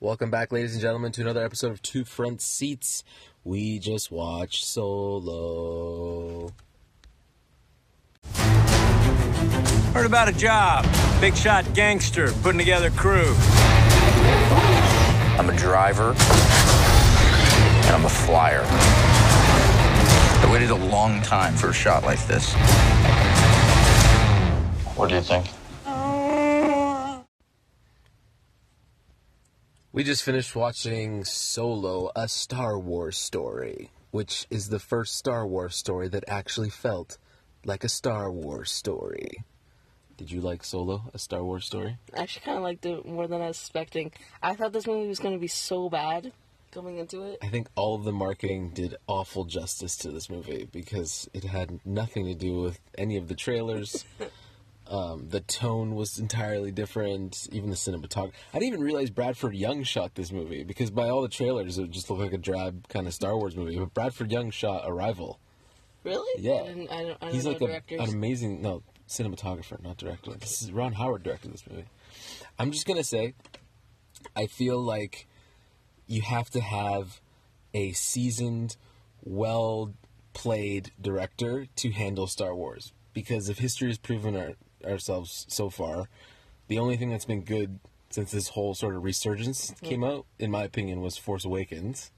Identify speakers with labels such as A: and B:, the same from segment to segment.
A: Welcome back, ladies and gentlemen, to another episode of Two Front Seats. We just watched Solo.
B: Heard about a job. Big shot gangster putting together crew.
C: I'm a driver and I'm a flyer. I waited a long time for a shot like this.
D: What do you think?
A: We just finished watching Solo, a Star Wars story, which is the first Star Wars story that actually felt like a Star Wars story. Did you like Solo, a Star Wars story?
E: I actually kind of liked it more than I was expecting. I thought this movie was going to be so bad going into it.
A: I think all of the marketing did awful justice to this movie because it had nothing to do with any of the trailers. um, the tone was entirely different. Even the cinematography. I didn't even realize Bradford Young shot this movie because by all the trailers, it just looked like a drab kind of Star Wars movie. But Bradford Young shot Arrival.
E: Really?
A: Yeah.
E: I didn't, I don't, I don't
A: He's
E: know
A: like a,
E: directors.
A: an amazing no cinematographer, not director. This is Ron Howard directed this movie. I'm just gonna say, I feel like you have to have a seasoned, well played director to handle Star Wars because if history has proven our, ourselves so far, the only thing that's been good since this whole sort of resurgence came out, in my opinion, was Force Awakens,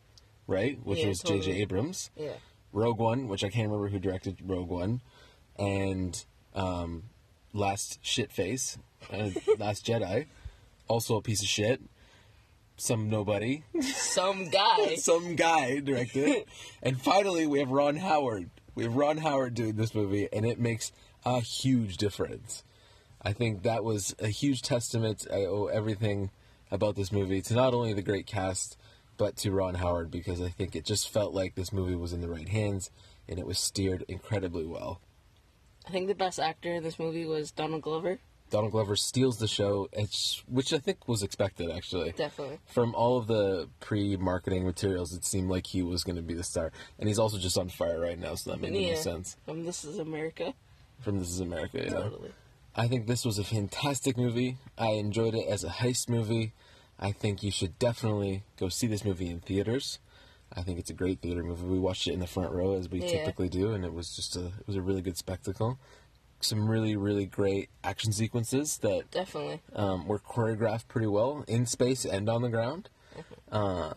A: right? Which
E: Yeah,
A: was J.J.
E: totally.
A: Abrams.
E: yeah.
A: Rogue One, which I can't remember who directed Rogue One, and um, Last Shit Face, uh, Last Jedi, also a piece of shit. Some nobody,
E: Some guy.
A: some guy directed it, and finally we have Ron Howard. We have Ron Howard doing this movie, and it makes a huge difference. I think that was a huge testament. I owe everything about this movie to not only the great cast, but to Ron Howard because I think it just felt like this movie was in the right hands and it was steered incredibly well.
E: I think the best actor in this movie was Donald Glover.
A: Donald Glover steals the show, it's- which I think was expected actually.
E: Definitely.
A: From all of the pre-marketing materials, it seemed like he was going to be the star, and he's also just on fire right now, so that made no
E: yeah.
A: sense.
E: From This Is America.
A: From This Is America, yeah.
E: Totally.
A: I think this was a fantastic movie. I enjoyed it as a heist movie. I think you should definitely go see this movie in theaters. I think it's a great theater movie. We watched it in the front row as we
E: Yeah.
A: typically do, and it was just a it was a really good spectacle. Some really really great action sequences that
E: Definitely.
A: um, were choreographed pretty well in space and on the ground. Uh,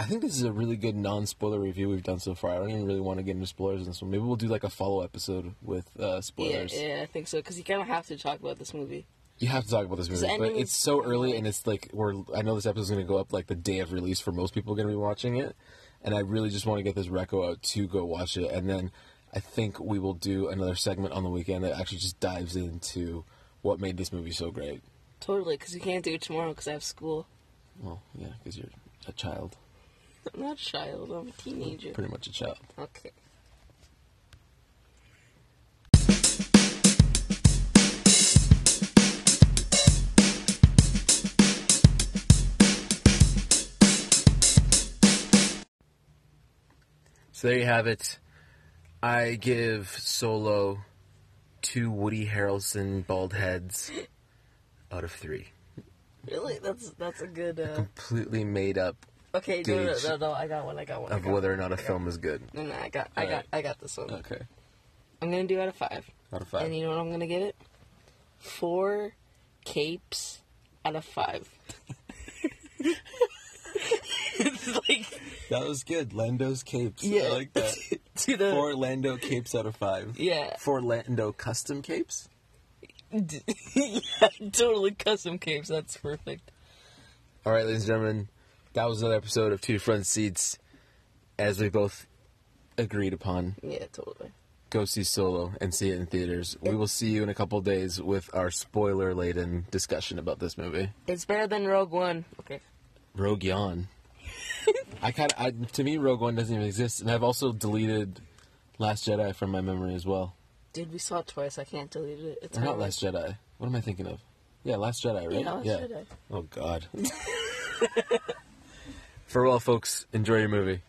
A: I think this is a really good non spoiler review we've done so far. I don't even really want to get into spoilers in this one. Maybe we'll do like a follow episode with uh,
E: Yeah,
A: spoilers.
E: yeah, I think so. Because you kind of have to talk about this movie.
A: You have to talk about this movie,
E: the
A: but
E: ending
A: it's
E: is-
A: so early, and it's like we're. I know this episode's going to go up like the day of release for most people going to be watching it, and I really just want to get this reco out to go watch it, and then I think we will do another segment on the weekend that actually just dives into what made this movie so great.
E: Totally. Because we can't do it tomorrow because I have school.
A: Well, yeah, because you're a child,
E: I'm not a child. I'm a teenager.
A: pretty much a child.
E: Okay.
A: So there you have it. I give Solo two Woody Harrelson bald heads out of three.
E: Really? That's that's a good. Uh...
A: Completely made up
E: Okay. No, no,
A: Gauge
E: no, no. I got one. I got one. I
A: of
E: got
A: whether or not a film is good.
E: one. No, no. I got. I got.
A: Alright.
E: I got this one.
A: Okay.
E: I'm gonna do out of five.
A: Out of five.
E: And you know what I'm gonna get it? Four capes out of five. it's like
A: that was good. Lando's capes.
E: yeah,
A: I like that.
E: to the
A: Four Lando capes out of five.
E: yeah,
A: Four Lando custom capes.
E: yeah, totally custom capes. That's perfect.
A: All right, ladies and gentlemen, that was another episode of Two Front Seats. As we both agreed upon,
E: Yeah, totally.
A: go see Solo and see it in theaters. We will see you in a couple days with our spoiler laden discussion about this movie.
E: It's better than Rogue One. Okay.
A: Rogue Yawn. I kind of, to me, Rogue One doesn't even exist, and I've also deleted Last Jedi from my memory as well.
E: Dude, we saw it twice. I can't delete it. It's
A: Or not
E: highlighted.
A: Last Jedi. What am I thinking of? Yeah, Last Jedi, right?
E: Yeah, Last Jedi.
A: Oh God. Farewell, folks. Enjoy your movie.